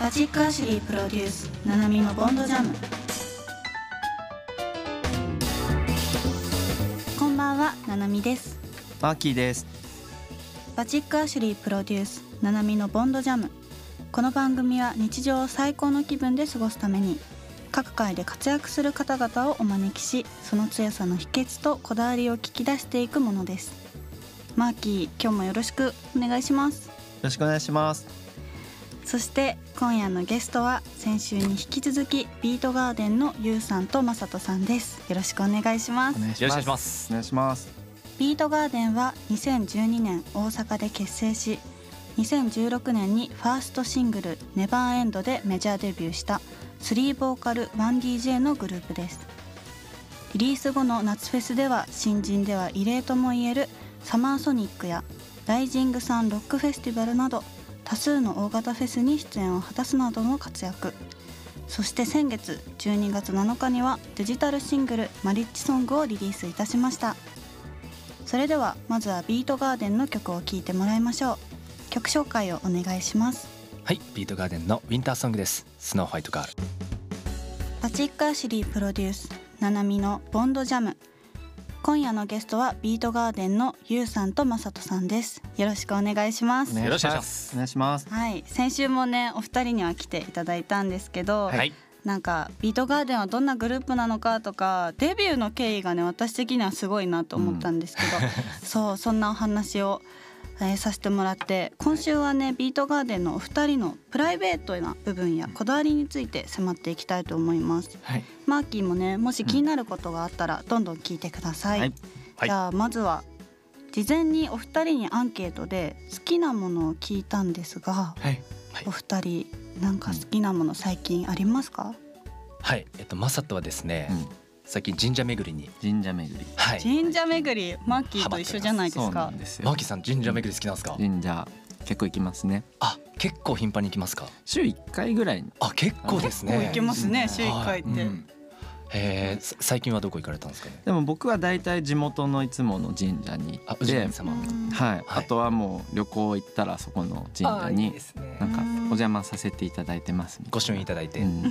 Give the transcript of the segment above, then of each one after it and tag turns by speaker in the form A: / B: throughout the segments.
A: マジックアシュリープロデュースナナミのボンドジャムこんばんはナナミです
B: マーキーです。
A: マジックアシュリープロデュースナナミのボンドジャムこの番組は日常を最高の気分で過ごすために各界で活躍する方々をお招きしその強さの秘訣とこだわりを聞き出していくものですマーキー今日もよろしくお願いします
B: よろしくお願いします。
A: そして今夜のゲストは先週に引き続きビートガーデンのゆうさんとまさとさんですよろしくお願いします
B: 願い
C: よろしくお願いしま。す
B: お。願いします。
A: ビートガーデンは2012年大阪で結成し2016年にファーストシングル「ネバーエンドでメジャーデビューした3ボーカル 1DJ のグループですリリース後の夏フェスでは新人では異例ともいえるサマーソニックやライジングサンロックフェスティバルなど多数の大型フェスに出演を果たすなどの活躍そして先月12月7日にはデジタルシングル「マリッジソング」をリリースいたしましたそれではまずはビートガーデンの曲を聴いてもらいましょう曲紹介をお願いします
C: はい、ビートガーデンのウィンターソングです。スノーホワイトガール。
A: パチック・アシュリープロデュースナナミのボンドジャム今夜のゲストはビートガーデンのゆうさんとまさとさんですよろしくお願いします、
C: よろしくお願いします
B: お願いします。
A: はい先週もねお二人には来ていただいたんですけど、
C: はい、
A: なんかビートガーデンはどんなグループなのかとかデビューの経緯がね私的にはすごいなと思ったんですけど、そうそんなお話を、えーさせてもらって今週はねビートガーデンのお二人のプライベートな部分やこだわりについて迫っていきたいと思います。
C: はい、
A: マーキーもねもし気になることがあったらどんどん聞いてください。
B: はい
C: はい
A: じゃあまずは事前にお二人にアンケートで好きなものを聞いたんですが
C: はい、
A: お二人なんか好きなもの最近ありますか、
C: はい、えっと、マサトはですね、
B: うん
C: 最近神社巡りに。
B: 神社巡り。
C: はい。
A: 神社巡りマッキーと一緒じゃないで
B: そ
A: す
B: うな
A: か
B: んです
C: マ
B: よ
C: ー。キーさん、神社巡り好きなんですか。
B: 神社結構行きますね。
C: あ、結構頻繁に行きますか。
B: 週一回ぐらいに。
C: あ、結構ですね。
A: 結構行きますね週一回って
C: はいうんえー、さ最近はどこ行かれたんですかね。
B: でも僕はだいたい地元のいつもの神社に
C: あ
B: 行、っ
C: 宇治
B: て
C: 神、様。
B: はい。あとはもう旅行行ったらそこの神社に
C: すね
B: なんかお邪魔させていただいてます。
C: ご朱印いただいて、
B: うん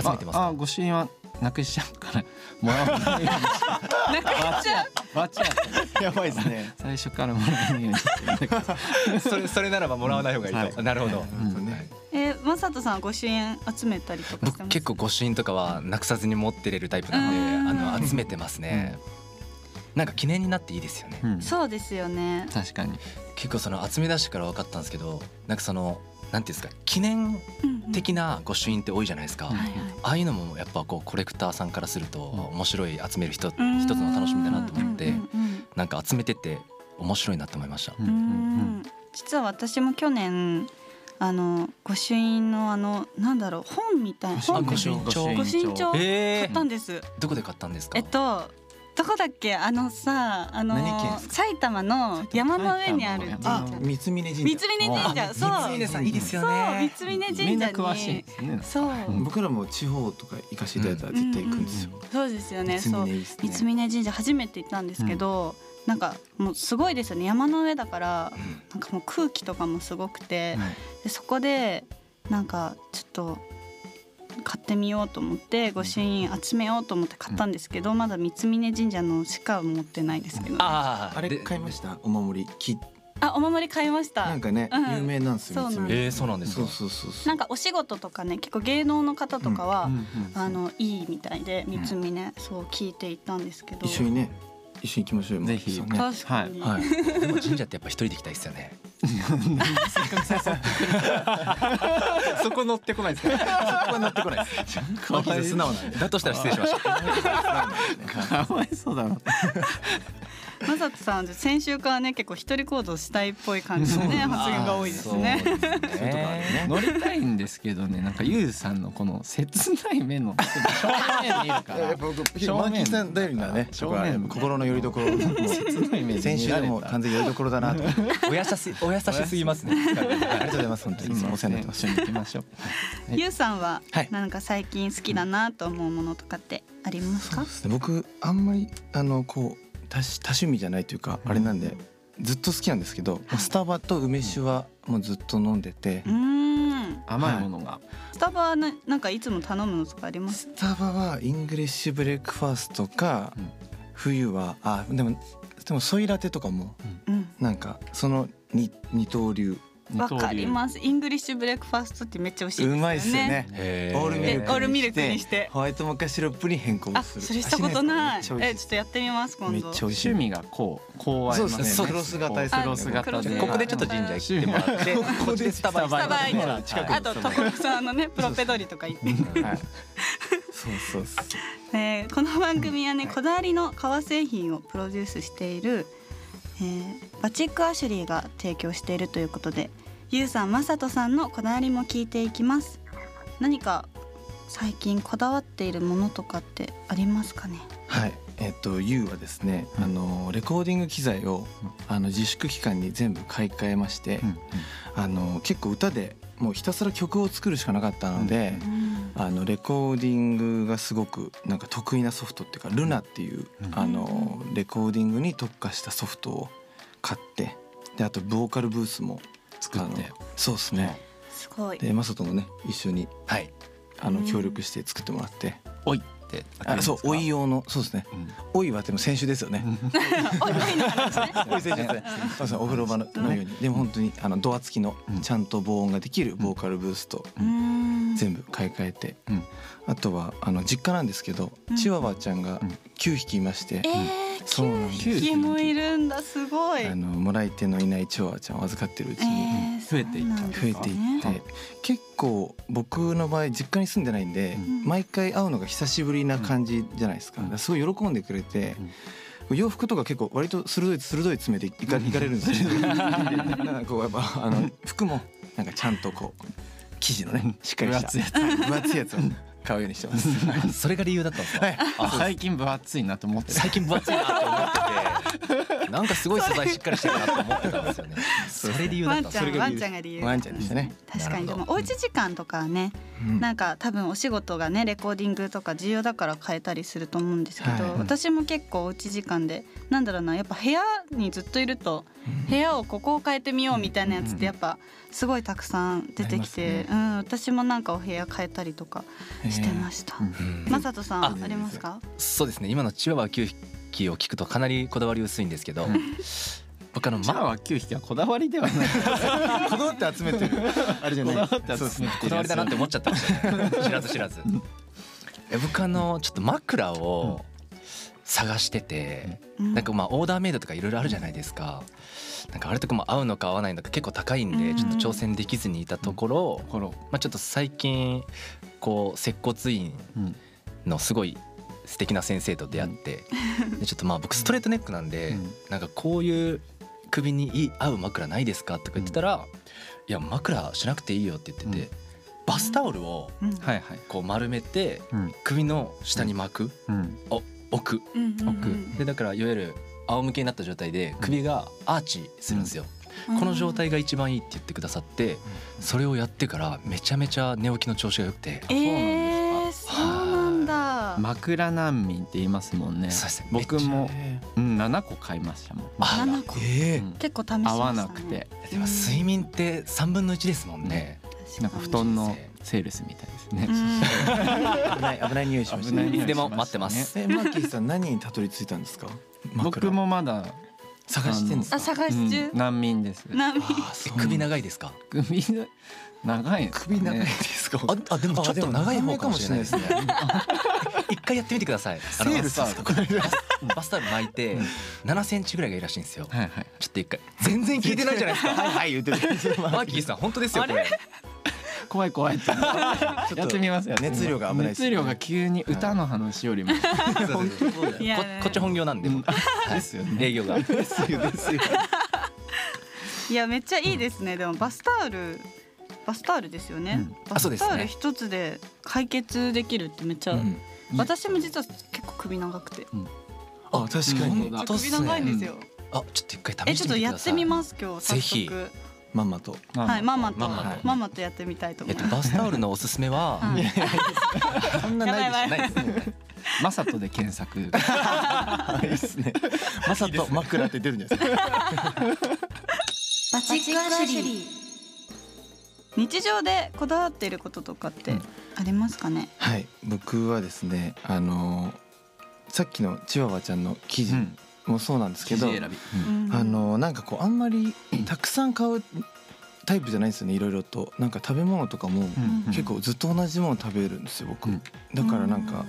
C: 集めてます
B: ああ
C: か。
B: 御朱印はなくしちゃうからもらわない ように
A: なくしちゃう
B: バチや
C: やばいですね。
B: 最初からもらわないようにしてるんだけど
C: それ、それならばもらわない方がいいと。
B: はい
C: なるほど。
B: うん
C: はい
A: えー、マサトさんはご主演集めたりとかして
C: 僕
A: ます
C: 結構御朱印とかはなくさずに持ってれるタイプな
A: うん
C: であの集めてますね、なんか記念になっていいですよね、
B: うん
A: そうですよね
B: 確かに
C: 結構その集め出してから分かったんですけどなんかそのなんていうんですか記念的な御朱印って多いじゃないですか、
B: うん
A: は
C: あ
A: いはい
C: あいうのもやっぱこうコレクターさんからすると
B: うん
C: 面白い集める人一つ
A: うん
C: の楽しみだなと思って
A: うんうん
C: なんか集めてて面白いなと思いました
B: う
A: うんうん実は私も去年あの御朱印のあのなんだろう本みたいな
C: あ
A: 本
C: 御
A: 御
C: 朱印帳
A: 朱印帳買
C: え
A: ったん
C: ー、
A: です
C: どこで買ったんですか
A: えっとどこだっけあのさあの
B: 何県です
A: 埼玉の山の上にある神
B: あ
A: 社
D: 三峯神社
A: 三峯神社そう
C: 三峰さんいいですよね
A: そう三峯神社に
B: みんな詳しいんですね
A: そう
B: うん
D: 僕らも地方とか行かせていただいたら絶対行くんですよ、
A: そうですよね
D: 三
A: そう
D: 峯いいっすね
A: 三峯神社初めて行ったんですけど、なんかもうすごいですよね山の上だから
C: うん
A: なんかもう空気とかもすごくて、
B: はい
A: でそこでなんかちょっと買ってみようと思って御朱印集めようと思って買ったんですけど、まだ三峯神社のしか持ってないですけど、あ
C: あー
D: あれ
C: で
D: 買いましたお守り木
A: お守り買いました
D: なんかね、
A: うん
D: 有名なんです
A: そ
D: よ
A: う
D: 三
A: なん
D: 峯
C: えー、そうなんですか
D: そうそうそうそう
A: なんかお仕事とかね結構芸能の方とかは、
B: うんうん
A: あのいいみたいで三峯、そう聞いていったんですけど
D: 一緒にね一緒に行きましょうよ
B: ぜひ
D: そう
B: ね
D: ね
A: 確かに、
C: はい、でも神社ってやっぱ一人で行きたいですよ ね。
B: そこ乗ってこないですか
C: そこ乗ってこないです。
B: マキさん素直
C: だとしたら失礼しました。
B: かわいそうだな
A: まさとさん先週からね結構一人行動したいっぽい感じのね発言が多いですね。
C: そうですね。
D: そういうとこあるね
B: 乗りたいんですけどねなんかゆうさんのこの切ない目の正面にいるか
D: いや
B: ら
D: やっぱ僕マーキーさん頼りなね
B: 正
D: ここは
B: 面
D: 心の拠 り 所
B: 切ない目に見られた
D: 先週でも完全に拠り所だなとありが
C: お優しいお優しすぎますね。
D: とうございます本当にいつもお世話になってま す
B: すいません一緒に行きましょう
A: ゆうさんは
D: はい
A: なんか最近好きだなと思うものとかってあります
D: そう
A: か
D: で？すね僕あんまりあのこう多し多趣味じゃないというかあれなんでずっと好きなんですけど、まあスタバと梅酒はもうずっと飲んでて、
A: うーん。
B: 甘いものが、
A: スタバはねなんかいつも頼むのとかあります
D: スタバはイングリッシュブレックファーストか、
B: うん
D: 冬はあでもでもソイラテとかも
A: うん
D: なんかその二二刀流
B: 二
A: わ
B: 刀流
A: かりますイングリッシュブレックファーストってめっちゃ美味しいですよ
D: う
A: ね
D: まいっすよね
C: へ
D: オールミ
A: で
D: ル
A: オ
D: ク
A: ールミルクにして
D: ホワイトモカシロップに変更
A: あ
D: する
A: それしたことない
D: あしない
A: え
D: で
A: ちょ
D: す
A: っとやってみます今
D: めっちゃ美味しいめっ
A: 度
D: ちゃ
B: 趣味
D: 美味しい
B: がこうこうあります
D: そうですねクロス型ですね
B: クロス型
A: あ
B: で
A: の
C: ここでちょっと神社行ってもら って
A: こ
C: こっちでスタバ行ってもらって
A: スタバ
B: 行って
C: は
A: あと
C: い
A: 徳六さんのねプロペドリとか言って
D: はいそうそうそう
A: えーこの番組はねこだわりの革製品をプロデュースしている、えーバチックアシュリーが提供しているということでゆうさんまさとさんのこだわりも聞いていきます何か最近こだわっているものとかってありますかね
D: はいえっと YOU はですね、
B: うん
D: あのレコーディング機材を、
B: うん
D: あの自粛期間に全部買い替えまして、
B: うんうん
D: あの結構歌でもうひたすら曲を作るしかなかったので、あのレコーディングがすごくなんか得意なソフトっていうか「ルナっていう、
B: うん
D: あのレコーディングに特化したソフトを買ってであとボーカルブースも
B: 作って
D: あのそうですね
A: すごい
D: でマサトもね一緒に
C: はい
D: あ
A: う
D: の
A: ん
D: 協力して作ってもらって、
B: おいって
D: あそうおい用のそうですねおいはでも先週ですよね、
A: おいおいの話ね
D: おい先週ですね そうですねお風呂場ののように、でも本当にあのドア付きの
B: うん
D: ちゃんと防音ができるボーカルブースと
A: うーん
D: 全部買い替えて、
B: うん
D: あとはあの実家なんですけど、
A: うん
D: チワワちゃんが
B: うん
D: 9匹いまして、
A: えー、
D: そうな
A: 9
D: んです
A: 匹もいるんだすごい
D: あのもらい手のいないチワワちゃんを預かってるうちに
A: えー
B: 増えていった
A: そうなんです
D: 増
A: ね
D: えていって、結構僕の場合実家に住んでないんで、
A: ん
D: 毎回会うのが久しぶりな感じじゃないですか,、
B: うん
D: すごい喜んでくれて、洋服とか結構割と鋭い鋭い爪でいかいかれるんです よなんかこうやっぱあの服もなんかちゃんとこう生地のねしっかりした
B: 分
D: 分厚いやつを買うようにしてます。
C: それが理由だったんですか
D: はい
B: あ最近分厚いなと思って
C: 最近分厚いなって思っててなんかすごい素材しっかりしてるなと思ってたんですよねそれ理由だっ
A: ワ
C: たん
A: ン
C: で
A: ち
C: す
A: ゃ
C: そ
A: ん
C: れが
A: ワ
C: 理
A: ン
C: 由
A: ちゃんが理由
D: ワンちゃんでしたね。
A: 確かにで
C: なる
A: も
C: ほ
A: おうち時間とかはね
D: うん
A: なんか多分お仕事がねレコーディングとか重要だから変えたりすると思うんですけど、
D: はい
A: 私も結構おうち時間でなんだろうなやっぱ部屋にずっといると部屋をここを変えてみようみたいなやつってやっぱすごいたくさん出てきて、
D: なります
A: うん私もなんかお部屋変えたりとかしてました。
C: うん
A: まさとさん
C: あ
A: ありますか？
C: そうですね今のチワワ9匹を聞くとかなりこだわり薄いんですけど
B: うん
C: 僕あの
B: まあ
C: ま
B: は9匹はこだわりではない
D: こだわって集めてるあれじゃ
B: こ
D: ない
B: だわって集めて
C: こだわりだなって思っちゃったかもしれな い知らず知らずえ僕あのちょっと枕を探してて
A: うん
C: なんかまあオーダーメイドとかいろいろあるじゃないですかなんかあれとかも合うのか合わないのか結構高いん
A: う
C: で
A: ん
C: ちょっと挑戦できずにいたところ
B: この
C: まあちょっと最近こう接骨院
B: うん
C: のすごい素敵な先生と出会って、でちょっとまあ僕ストレートネックなんで、
B: うん
C: なんかこういう首にいい合う枕ないですかとか言ってたら、いや枕しなくていいよって言ってて、
B: うん
C: バスタオルを
A: うん
B: はいはい
C: こう丸めて
B: うん
C: 首の下に巻く、
B: うん
C: 奥
A: うんうんうん
C: でだからいわゆる仰向けになった状態で首がアーチするんですよ、この状態が一番いいって言ってくださって、それをやってからめちゃめちゃ寝起きの調子が良くて、
A: えー、そうなんだ。
B: 枕難民って言いますもんね
C: そうですね
B: 僕
C: めっ
B: も
C: ちゃ
B: うん7個買いましたもん
C: あ
A: 七個
D: え
B: うん
A: 結構試しましたね。
B: 合わなくて
C: でも睡眠って3分の1ですもんね、
A: 確に
B: なんか布団のセールスみたいですね
A: うん
D: 危ない危ない匂いしました
B: 危ない
D: ね
B: 匂い
C: でも待ってま
B: し
C: す
D: えマーキーさん何にたどり着いたんですか枕
B: 僕もまだ
D: 探してんですか
A: あ探し中
B: うん難民です
A: 波
D: あー
C: え
D: そう
C: 首長いですか
B: 首の長いですかね
D: 首長いですか
C: ああでもちょっと長い方かもしれないで すね
D: あでも長めかもしれないですね
C: 一回やってみてくださいあ
D: セールスですかこれ
C: のバスタオル巻いて7センチぐらいがいいらしいんですよ
B: はいはい
C: ちょっと一回全然聞いてないじゃないです かはいはい言ってる マーキーさん本当ですよこれ
B: 怖い怖いって
D: ちょっと
B: やってみますやってみます
D: 熱量が危ないですね
B: 熱量が急に歌の話よりも、
C: そうそうそうこ
A: いやね
C: こっち本業なんで
B: うん
C: はい
B: ですよね
C: 営業が
D: ですよですよ
A: いやめっちゃいいですね。でもバスタオルバスタオルですよね。
B: うん
A: バ
C: あそ
A: ス
C: うですね
A: タオル一つで解決できるってめっちゃ、私も実は結構首長くて。
D: あ確か
B: 本
A: めっ
B: 当
D: に
B: だ
A: ちゃ首長いんですよ。
C: あちょっと一
A: え
C: 回試
A: ち
C: し
A: ょってと
C: みてく
A: やっ
C: だ
A: て
C: さ
A: み
C: い
A: ます今日早
C: ぜひ
A: 速。
D: ママと
B: まあ
A: はいママと
C: ママ
A: マ
C: はい
A: マとやってみたいと
C: え
A: 思
C: っ
A: い
C: と
A: ます。
C: バスタオルのおすすめは
A: はい
D: そんな
A: やばいやばい
D: ないですね
B: マサトで検索
D: ないですねマサと枕って出るんじゃないですか
A: バチックアシュリー。日常でこだわっていることとかってありますかね。
D: はい僕はですねあのさっきのチワワちゃんの記事
B: うん
D: もそうなんですけど、
B: 生地選び
D: あのなんかこうあんまりたくさん買うタイプじゃないんですよねいろいろとなんか食べ物とかも
A: ん
D: 結構ずっと同じもの食べるんですよ僕、
C: うん
D: だからなんか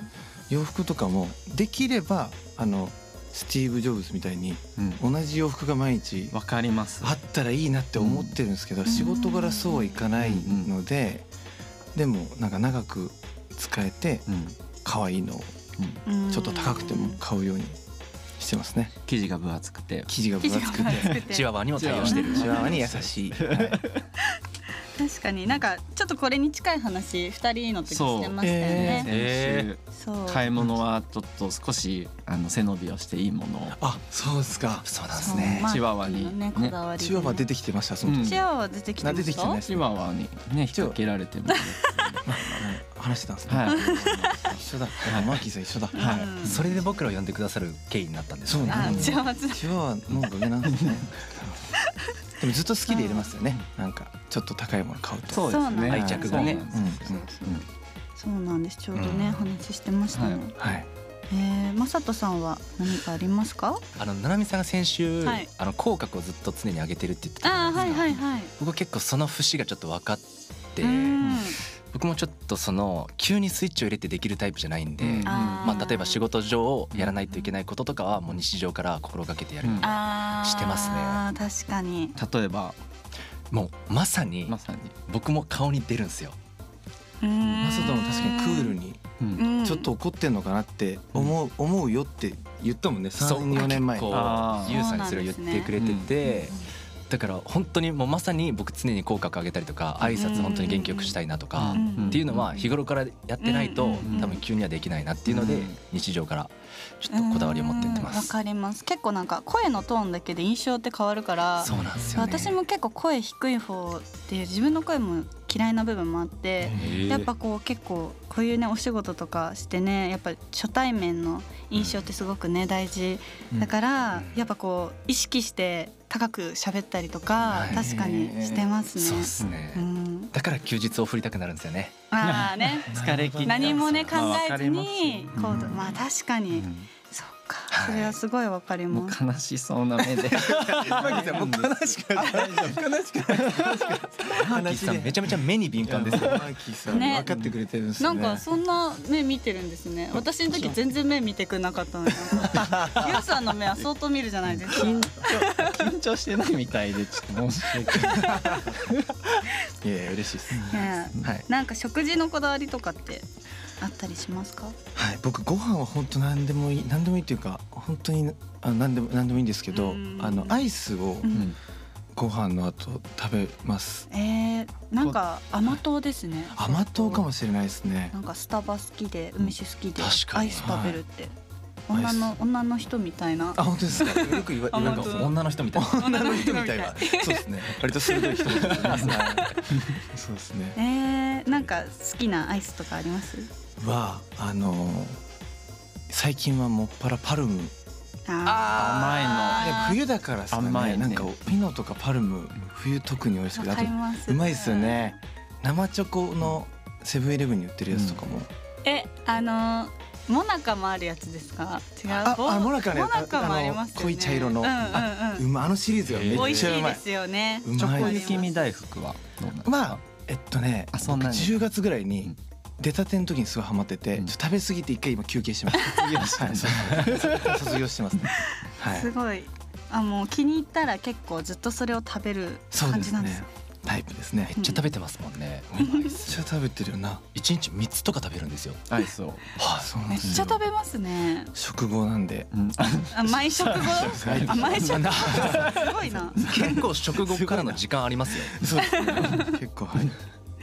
D: 洋服とかもできればあのスティーブ・ジョブズみたいに
B: うん
D: 同じ洋服が毎日
B: わかります
D: あったらいいなって思ってるんですけど、
A: ん
D: 仕事柄そうはいかないので、でもなんか長く使えて
B: うん
D: 可愛いのを
A: うん
D: ちょっと高くても買うようにしてますね
B: 生地が分厚くて
D: 生地が
A: 生
D: 分
A: 地
D: 厚く
A: が
D: て
A: 厚くて
C: チワワにも対応してる
D: チワワに優しい、はい
A: 確かになんかちょっとこれに近い話二人の時してましたよ
D: そう
A: ね。
B: え
A: そう,、
B: ー買い物はちょっと少しあの背伸びをしていいものを
D: あそうですか
C: そうなんで
A: そ
C: す
A: う
C: ね
A: マー
B: チワワに
A: キーのね
B: ね
A: こだわり、ね。
D: チワワ出てきてましたその時、
B: うん
A: チワワ出てきて
D: な
A: ま
D: 出て
A: し
D: きてない
A: た
D: で。す
B: チワワにね引っ掛けられてもね
D: 話してたんですね、
B: はい
D: 一緒だ、マーキーさん一緒だ、
A: はいうん
C: それで僕らを呼んでくださる経緯になったんですよね
D: そうな
A: あ
D: ん、だ
A: チワワつ
D: チワワの方が上なんですねでもずっと好きでいれますよねなんかちょっと高いもの買うと
B: そうですね
A: はい
C: 愛着がね
B: そうなんですよ
A: そうなんです。ちょうどね、
C: うん
A: 話してましたね。
B: はい
D: はい
A: ええー、まさとさんは何かありますか？
C: あの七海さんが先週、
A: はい
C: あの口角をずっと常に上げてるって言ってたじ
A: あ
C: ゃ
A: あ
C: な
A: はいい
C: ですか
A: はいはい。
C: 僕は結構その節がちょっと分かって
A: うん
C: 僕もちょっとその急にスイッチを入れてできるタイプじゃないんで、
B: うん
A: あー
C: まあ、例えば仕事上やらないといけないこととかはもう日常から心がけてやる、
B: うん
A: あー
C: してますね
A: 確かに。
B: 例えば
C: もうまさに
B: まさに
C: 僕も顔に出るんですよ
A: マ
D: マサトも確かにクールに
B: うん
D: ちょっと怒ってんのかなって思う、思うよって言ったもんね
C: そう
D: 34年前
C: 結構
B: あー
C: ゆうさんにそれを言ってくれてて、だから本当にもうまさに僕常に口角上げたりとか挨拶本当に元気よくしたいなとか、
A: うん
C: っていうのは日頃からやってないと、
A: うん
C: 多分急にはできないなっていうので、
B: うん
C: 日常からちょっとこだわりを持ってやってま
A: うんわ
C: す。
A: かります。結構なんか声のトーンだけで印象って変わるから。
C: そうなんですよね。
A: 私も結構声低い方っていう自分の声も嫌いな部分もあって、やっぱこう結構こういうねお仕事とかしてねやっぱ初対面の印象ってすごくね大事だから
C: うん
A: やっぱこう意識して高く喋ったりとか
C: はい
A: 確かにしてます
C: そうで
A: ね。
C: すね、
A: うん、
C: だから休日を振りたくなるんですよね。
A: まあ ね
B: 疲れ切った
A: 何もね考
B: まあ
A: えずに
B: わ
A: こ
B: か
A: う
B: ります
A: まあ確か
B: う
A: に
B: ん
A: そっかそれはすごいわかり
B: もう
A: ます。
B: 悲しそうな 目で
D: 悲しくない悲しくない
C: マーキーさんめちゃめちゃ目に敏感です
D: マ
C: よ。
D: ーキーさん
A: ね
D: 分かってくれてるんです
A: な
D: ね
A: んかそんな目見てるんですね。私の時全然目見てくれなかったの に。ゆうさんの目は相当見るじゃないですか。
B: 緊張してないみたいでちょっと申し訳ない
D: いやいや嬉しいです
A: ねえ
D: はい
A: なんか食事のこだわりとかってあったりしますか？
D: はい僕ご飯は本当何でもいい何でもいいっていうか本当にあ何でも何でもいいんですけど
A: うん
D: あのアイスを
A: うん
D: ご飯の後食べます
A: えー、なんか甘党ですね。
D: 甘党かもしれないですね
A: なんかスタバ好きで梅酒好きで
C: 確か
A: ア
C: に
A: イス食べるって、
D: はい
A: 女の女の人みたいな
D: あ。本当ですかよく言わ
A: あ
D: 言
C: な
D: われ
C: んか
D: ます
A: 本当
C: 女の人みたいな。
A: 女の人
D: 人
A: みた
D: みた
A: い
D: い
A: な
D: な。そうですね。割と鋭い人だと思いますね。そうですね。
A: えー、なんか好きなアイスとかあります？
D: はあのー最近はもっぱらパルム。
A: あー
D: でも冬だからですか
B: 甘い
D: ね。
B: ね
D: なんかピノとかパルム冬特に美味しくて、
A: わ
D: あ
A: か
D: と
A: ります。
D: うまいですよ。ね。生チョコのセブンイレブンに売ってるやつとかも。
A: え、あのー、モナカもあるやつですか？違う。
D: あ
A: ボ
D: あモナカね
A: モナカもありますよね。
D: あの濃い茶色の
A: うんうんうん。
D: あうまあのシリーズがめ
A: 美
D: っ
A: 味し
D: ちゃう
A: い
D: ま
A: で
D: い。
A: すよね。
D: う
B: チ
D: ま
B: ョコ
D: い。
B: 雪見大福はどうなんですか
D: まあえっとね、
B: あそん
D: 僕
B: なに
D: 10月ぐらい
B: うん
D: に出たての時にすごいハマってて、
B: うん
D: ちょっと食べ過ぎて一回今休憩してます。
B: 卒業したん
D: はい
B: だ
D: そうそう卒業してますね。は
A: す
D: い。
A: ごい。あもう気に入ったら結構ずっとそれを食べる
D: そう
A: 感
D: で
A: じ
D: す
A: なんです
D: ね
A: よ。。
D: タイプですね
C: めっ。ちゃ食べてますもんね。
D: めっちゃ食べてるよな。
C: 一日三つとか食べるんですよ。
B: アイスを、
D: はい、そう
A: めっちゃ食べますね。
D: 食後なんで。
A: あ毎食後。あ毎食後。すごいな。
C: 結構食後からの時間ありますよ。
D: そうですね。結構はい。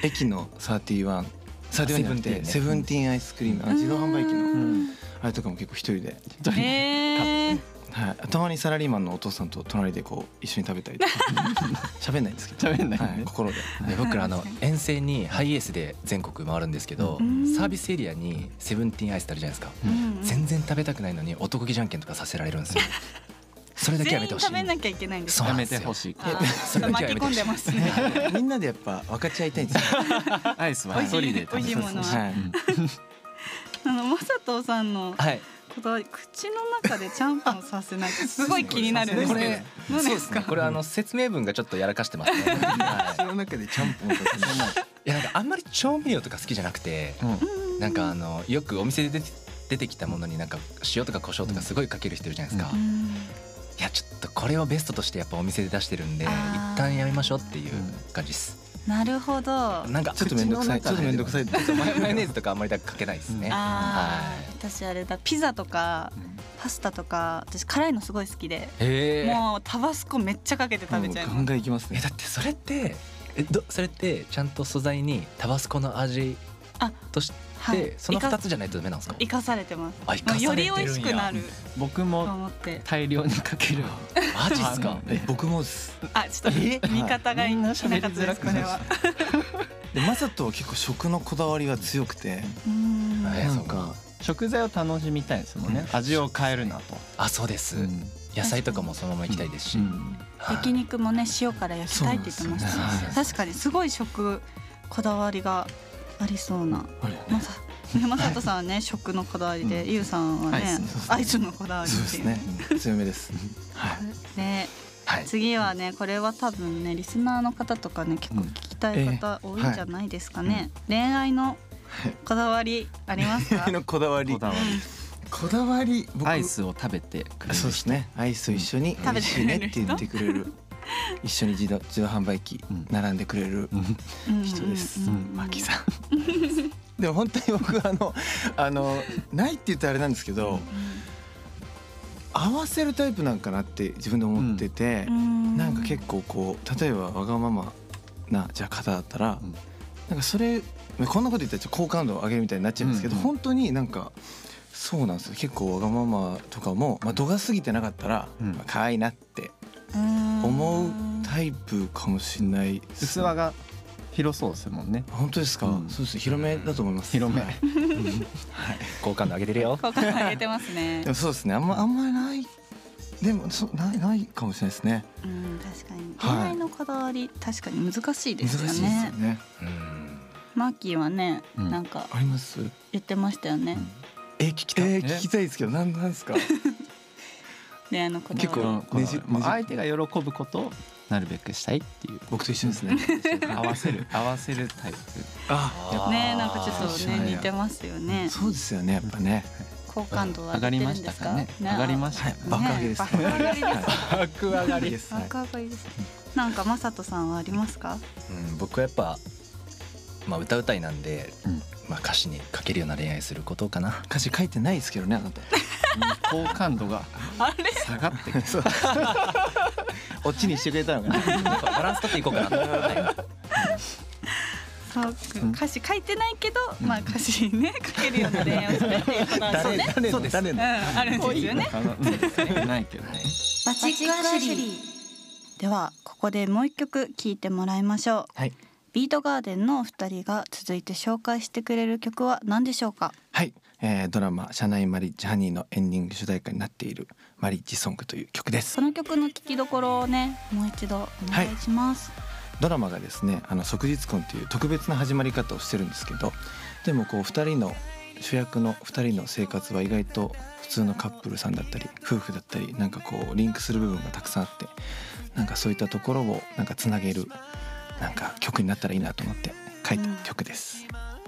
D: 駅のサーティワン。サーティワンってセ
C: セ
D: ブンティーンアイスクリーム、 あの自動販売機
A: う
D: の
A: ん
D: あれとかも結構一人で、
A: えー
D: はい、たまにサラリーマンのお父さんと隣でこう一緒に食べたりとか喋んないんですけど、
B: 食べない
D: はい、
B: ね、
D: 心で、
C: で僕らあの
A: 確か
C: 遠征にハイエースで全国回るんですけど
A: うん
C: サービスエリアにセブンティーンアイスってあるじゃないですか
A: うんうん
C: 全然食べたくないのに男気じゃんけんとかさせられるんですよそれだけや
A: 全
C: め
A: 員
C: てほしい
A: 食べなきゃいけないんです
C: そう
B: や
C: なん
B: め
C: です
B: て
C: よ
B: ほしい
A: あ
C: それ
A: ー
C: だけ
A: 巻
C: は
A: き
C: や
A: 込
C: めてほ
A: ん
C: し
A: で
C: い
A: ます ね
D: みんなでやっぱ分かち合いたいんですよ。
B: アイスは
A: 美
B: 一
A: 味しい
B: 人で
A: 美味しいものは
D: はい。
A: あのマサトさんの
C: はい
A: こだわり口の中でちゃんぽんさせないってすごい気になるんです
C: こ
A: けど
C: れ
A: どう
C: そう
A: で
C: ですすね
A: か
C: これあの説明文がちょっとやらかしてます ねはい
D: 口の中でちゃんぽんとかそんない
C: やなんかあんまり調味料とか好きじゃなくて
A: う
C: なんかあのよくお店で出て出てきたものになんか塩とか胡椒とかすごいかける人いるじゃないですか、
A: う
C: い
A: ん
C: やちょっとこれをベストとしてやっぱお店で出してるんで
A: あー
C: 一旦やめましょうっていう
B: うん
C: 感じです、
A: なるほどあ
C: なんか
D: ちょっと面倒くさい。ち
C: 口
D: ょっと面
C: の中
D: 倒くさ
C: で
D: い。
C: マヨマヨネーズとかあんまりだかけないですね、
B: うん
A: あ
C: はい
A: ー私あれだピザとかパスタとか私辛いのすごい好きで
C: へえ
A: もうタバスコめっちゃかけて食べちゃい
D: も
A: ま
D: うガ
A: す
D: ンガンいきます
C: え
D: ね。
C: だってそれってえどそれってちゃんと素材にタバスコの味
A: あ
C: として、
A: はい
C: その
A: 生
C: 2
A: か
C: つじゃないとダメなんですか
A: 生かされてます
C: あ生か
A: もう
C: さ
A: よ
C: れてるん
A: り
C: や
A: 美味しくなる
B: 僕
A: と
B: も
A: 思って
B: 大量にかける
C: マジっすか
B: あ
D: え僕もです。
A: あちょっ
B: え
A: と見方がいなかった
B: みんな喋りづ
A: で
B: ら
A: す
B: く
A: こ
B: な
A: れ
B: る
A: は
D: でマサトは結構食のこだわりが強くて、
A: うん
C: はい
D: なんか
B: 食材を楽しみたいですもんね味を変えるなと
C: あそうです、野菜とかもそのままいきたいですし、はい
A: 焼肉もね塩から焼きたいって言ってました
C: そうなんです
A: ね
C: よね
A: 確かにすごい食こだわりがありそうな
D: あれ
A: まさまさとさんは ね食のこだわりで、
B: うん
A: ゆうさんはね
B: アイス
A: アイスのこだわり
D: そうで
A: って
D: す
A: いう
D: ね。強めです。
A: で
C: はい
A: 次はねこれは多分ねリスナーの方とかね結構聞きたい方多いんじゃないですかね、恋愛のこだわりありますか
D: のこだわり
B: こだわ
D: こだわり
B: り
D: 僕
B: アイスを食べてくれる
D: そうですねアイスを一緒に
A: うん
D: 美味しいねって言ってくれる一緒に自動自動販売機
B: うん
D: 並んでくれる
A: うん
D: 人です
A: うんうんうん
D: マキさんでも本当に僕はあのあのないって言ったらあれなんですけど合わせるタイプなんかなって自分で思ってて
A: う、ん
D: なんか結構こう例えばわがままなじゃあ方だったら、
B: うん
D: なんかそれこんなこと言ったらちょっと好感度を上げるみたいになっちゃうんですけど、
B: うんうん
D: 本当になんかそうなんですよ結構わがままとかも、まあ、度が過ぎてなかったら、
B: うん
D: まあ、可愛いなって
A: うん
D: 思うタイプかもしれないです
B: 器が広そうですもんね
D: 本当ですか、
B: うん
D: そうです広めだと思います
B: 広め
D: はい
C: 好感度上げて るよ
A: 好感度上げてますね
D: でもそうですねあんまあんまりないでもそうないないかもしれないですね
A: うん確かに
D: は
A: 恋
D: い
A: 愛のこだわり確かに難しいで
D: 難し
A: す
D: いで
A: よ
D: すよ
A: ね
D: ね
C: うん
A: マーキーはね
B: うん
A: なんか
D: あります
A: 言ってましたよね
D: え聞き
B: たい
D: えー聞きたいですけどなんなんですか
A: 恋愛のこだわり
D: 結構
B: こ
D: ね
B: の
D: じ
B: まあ
D: ねじ
B: 相手が喜ぶことをなるべくしたいっていう
D: 僕と一緒ですね
B: 合わせる合わせるタイプ
D: あ
A: ねなんかちょっと
D: 一緒なん
A: ね
D: や
A: 似てますよね
D: そうですよねやっぱね
A: 好感度は
B: 上がりましたかね上がりましたかね
D: 爆上げです
A: 爆上がりです
C: 爆上がり
D: です
A: 爆上がりですなんかマサトさんはありますか
C: うん、僕はやっぱ、まあ、歌うたいなんで、
B: うん
C: まあ、歌詞に書けるような恋愛することかな
D: 歌詞書いてないですけどねあなた
B: 好感度が
A: あれ
B: 下がってくる
D: そうオチにしてくれたのかな
C: やっぱバランス取っていこうかな、 はい
A: そう歌詞書いてないけどまあ歌詞 にね書けるような恋愛をするっていうことはそうね
D: 誰の誰
A: うん
D: の
A: あるんですよね
B: あのうん ないけどね
A: バチックアシュリーではここでもう一曲聴いてもらいましょう、
D: はい
A: ビートガーデンのお二人が続いて紹介してくれる曲は何でしょうか
D: はい、えー、ドラマ「社内マリッジハニー」のエンディング主題歌になっている「マリッジソング」という曲です
A: その曲の聴きどころをねもう一度お願いします、
D: ドラマがですね「あの即日婚」という特別な始まり方をしてるんですけどでもこう2人の主役の2人の生活は意外と普通のカップルさんだったり夫婦だったりなんかこうリンクする部分がたくさんあってなんかそういったところをなんかつなげるなんか曲になったらいいなと思って書いた曲です。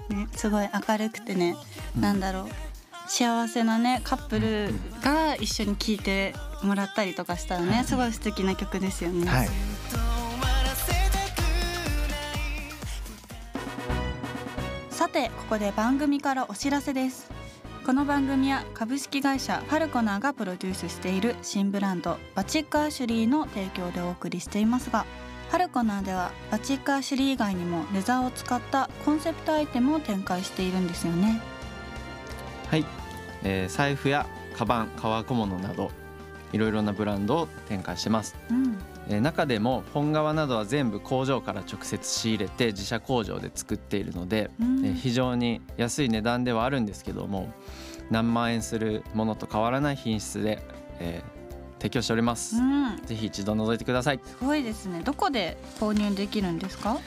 A: ね、すごい明るくてね、なんだろう幸せなねカップルが一緒に聴いてもらったりとかしたらね、すごい素敵な曲ですよね、
D: はい、
A: さてここで番組からお知らせですこの番組は株式会社ファルコナーがプロデュースしている新ブランドバチックアシュリーの提供でお送りしていますがファルコナーではバチックアシュリー以外にもレザーを使ったコンセプトアイテムを展開しているんですよね
B: はい、えー財布やカバン革小物などいろいろなブランドを展開してます、
A: うん
B: えー中でも本革などは全部工場から直接仕入れて自社工場で作っているので、
A: う
B: えー
A: ん
B: 非常に安い値段ではあるんですけども何万円するものと変わらない品質で、えー提供しております、
A: うん、
B: ぜひ一度覗いてください
A: すごいですね。どこで購入できるんですか？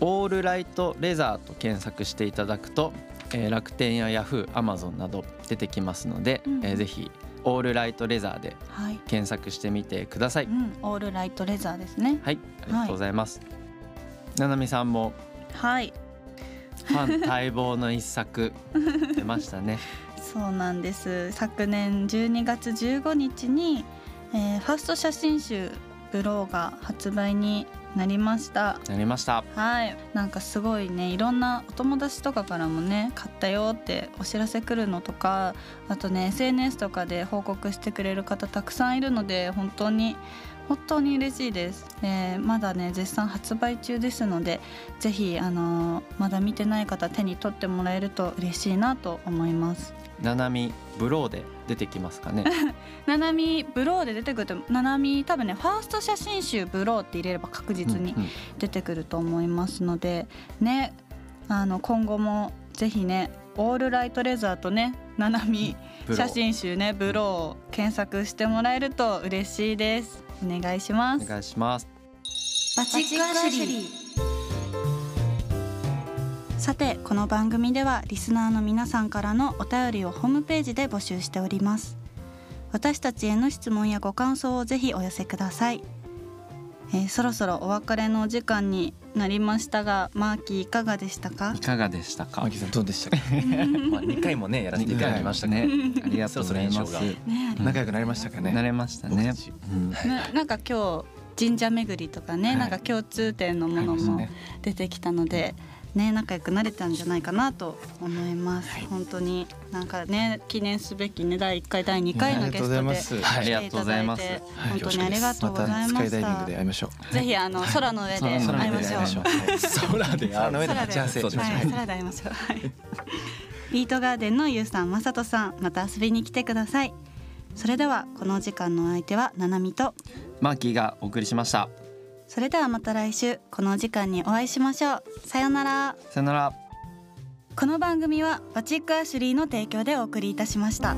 B: オールライトレザーと検索していただくと、えー楽天やヤフーアマゾンなど出てきますので、
A: うん
B: えーぜひオールライトレザーで
A: はい。
B: 検索してみてください、
A: うん、オールライトレザーですね。
B: はいありがとうございます、ななみさんも
A: はい、
B: ファン待望の一作出まし たね
A: そうなんです。昨年12月15日に、えーファースト写真集ブローが発売になりました。
B: なりました
A: はい、なんかすごいねいろんなお友達とかからもね買ったよってお知らせ来るのとかあとね SNS とかで報告してくれる方たくさんいるので本当に本当に嬉しいです、えーまだね絶賛発売中ですのでぜひ、あのーまだ見てない方手に取ってもらえると嬉しいなと思います
B: ななみブローで出てきますかね
A: ななみブローで出てくるとななみ多分ねファースト写真集ブローって入れれば確実に
B: うんうん
A: 出てくると思いますのでねあの今後もぜひねオールライトレザーとねななみ
B: ブロー
A: 写真集ねブローを検索してもらえると嬉しいですお願いしま
B: お
A: す
B: 願いします
A: バチックアシュリーさてこの番組ではリスナーの皆さんからのお便りをホームページで募集しております私たちへの質問やご感想をぜひお寄せください、えーそろそろお別れのお時間になりましたがマーキーいかがでしたか
B: いかがでしたか
D: マキさんどうでしたか
C: まあ二回もねやらせていただきましたね。
B: ありがとうござい
C: そ
B: ま
C: ろ
B: す
C: そろ印
A: ね
D: 仲良くなりましたかね
B: 慣れました
D: 僕
B: ね
D: たち
B: うん
A: ななんか今日神社巡りとかね、
D: はい
A: なんか共通点のも
D: あり
A: の
D: ました
A: も
D: ね
A: 出てきたので、ね、仲良くなれたんじゃないかなと思います、本当になんかね記念すべきね第1回第2回のゲストで来
D: はい
B: ありが
A: て
B: と
A: いうた
B: ござ
A: だ
B: い
A: い
B: ます
A: て
D: は
A: 本
D: い
A: 当にありがと
D: ま
A: うございま
D: た
A: し
D: ス
A: た,、
D: カイダイビングで会いましょう
A: ぜひあの空の上で
B: 空の上で
A: 会いましょう
B: 会いましょう
C: 空で
D: 空の上で
A: 空
D: 待
A: で
D: ち合わせ
C: そう
D: しましょう
A: はい、空で会いましょう。はい。ビートガーデンのゆうさん、まさとさん、また遊びに来てください。それでは、このお時間のお相手はななみと。
B: マーキーがお送りしました
A: それではまた来週このお時間にお会いしましょうさようなら
B: さよなら
A: この番組はバチックアシュリーの提供でお送りいたしました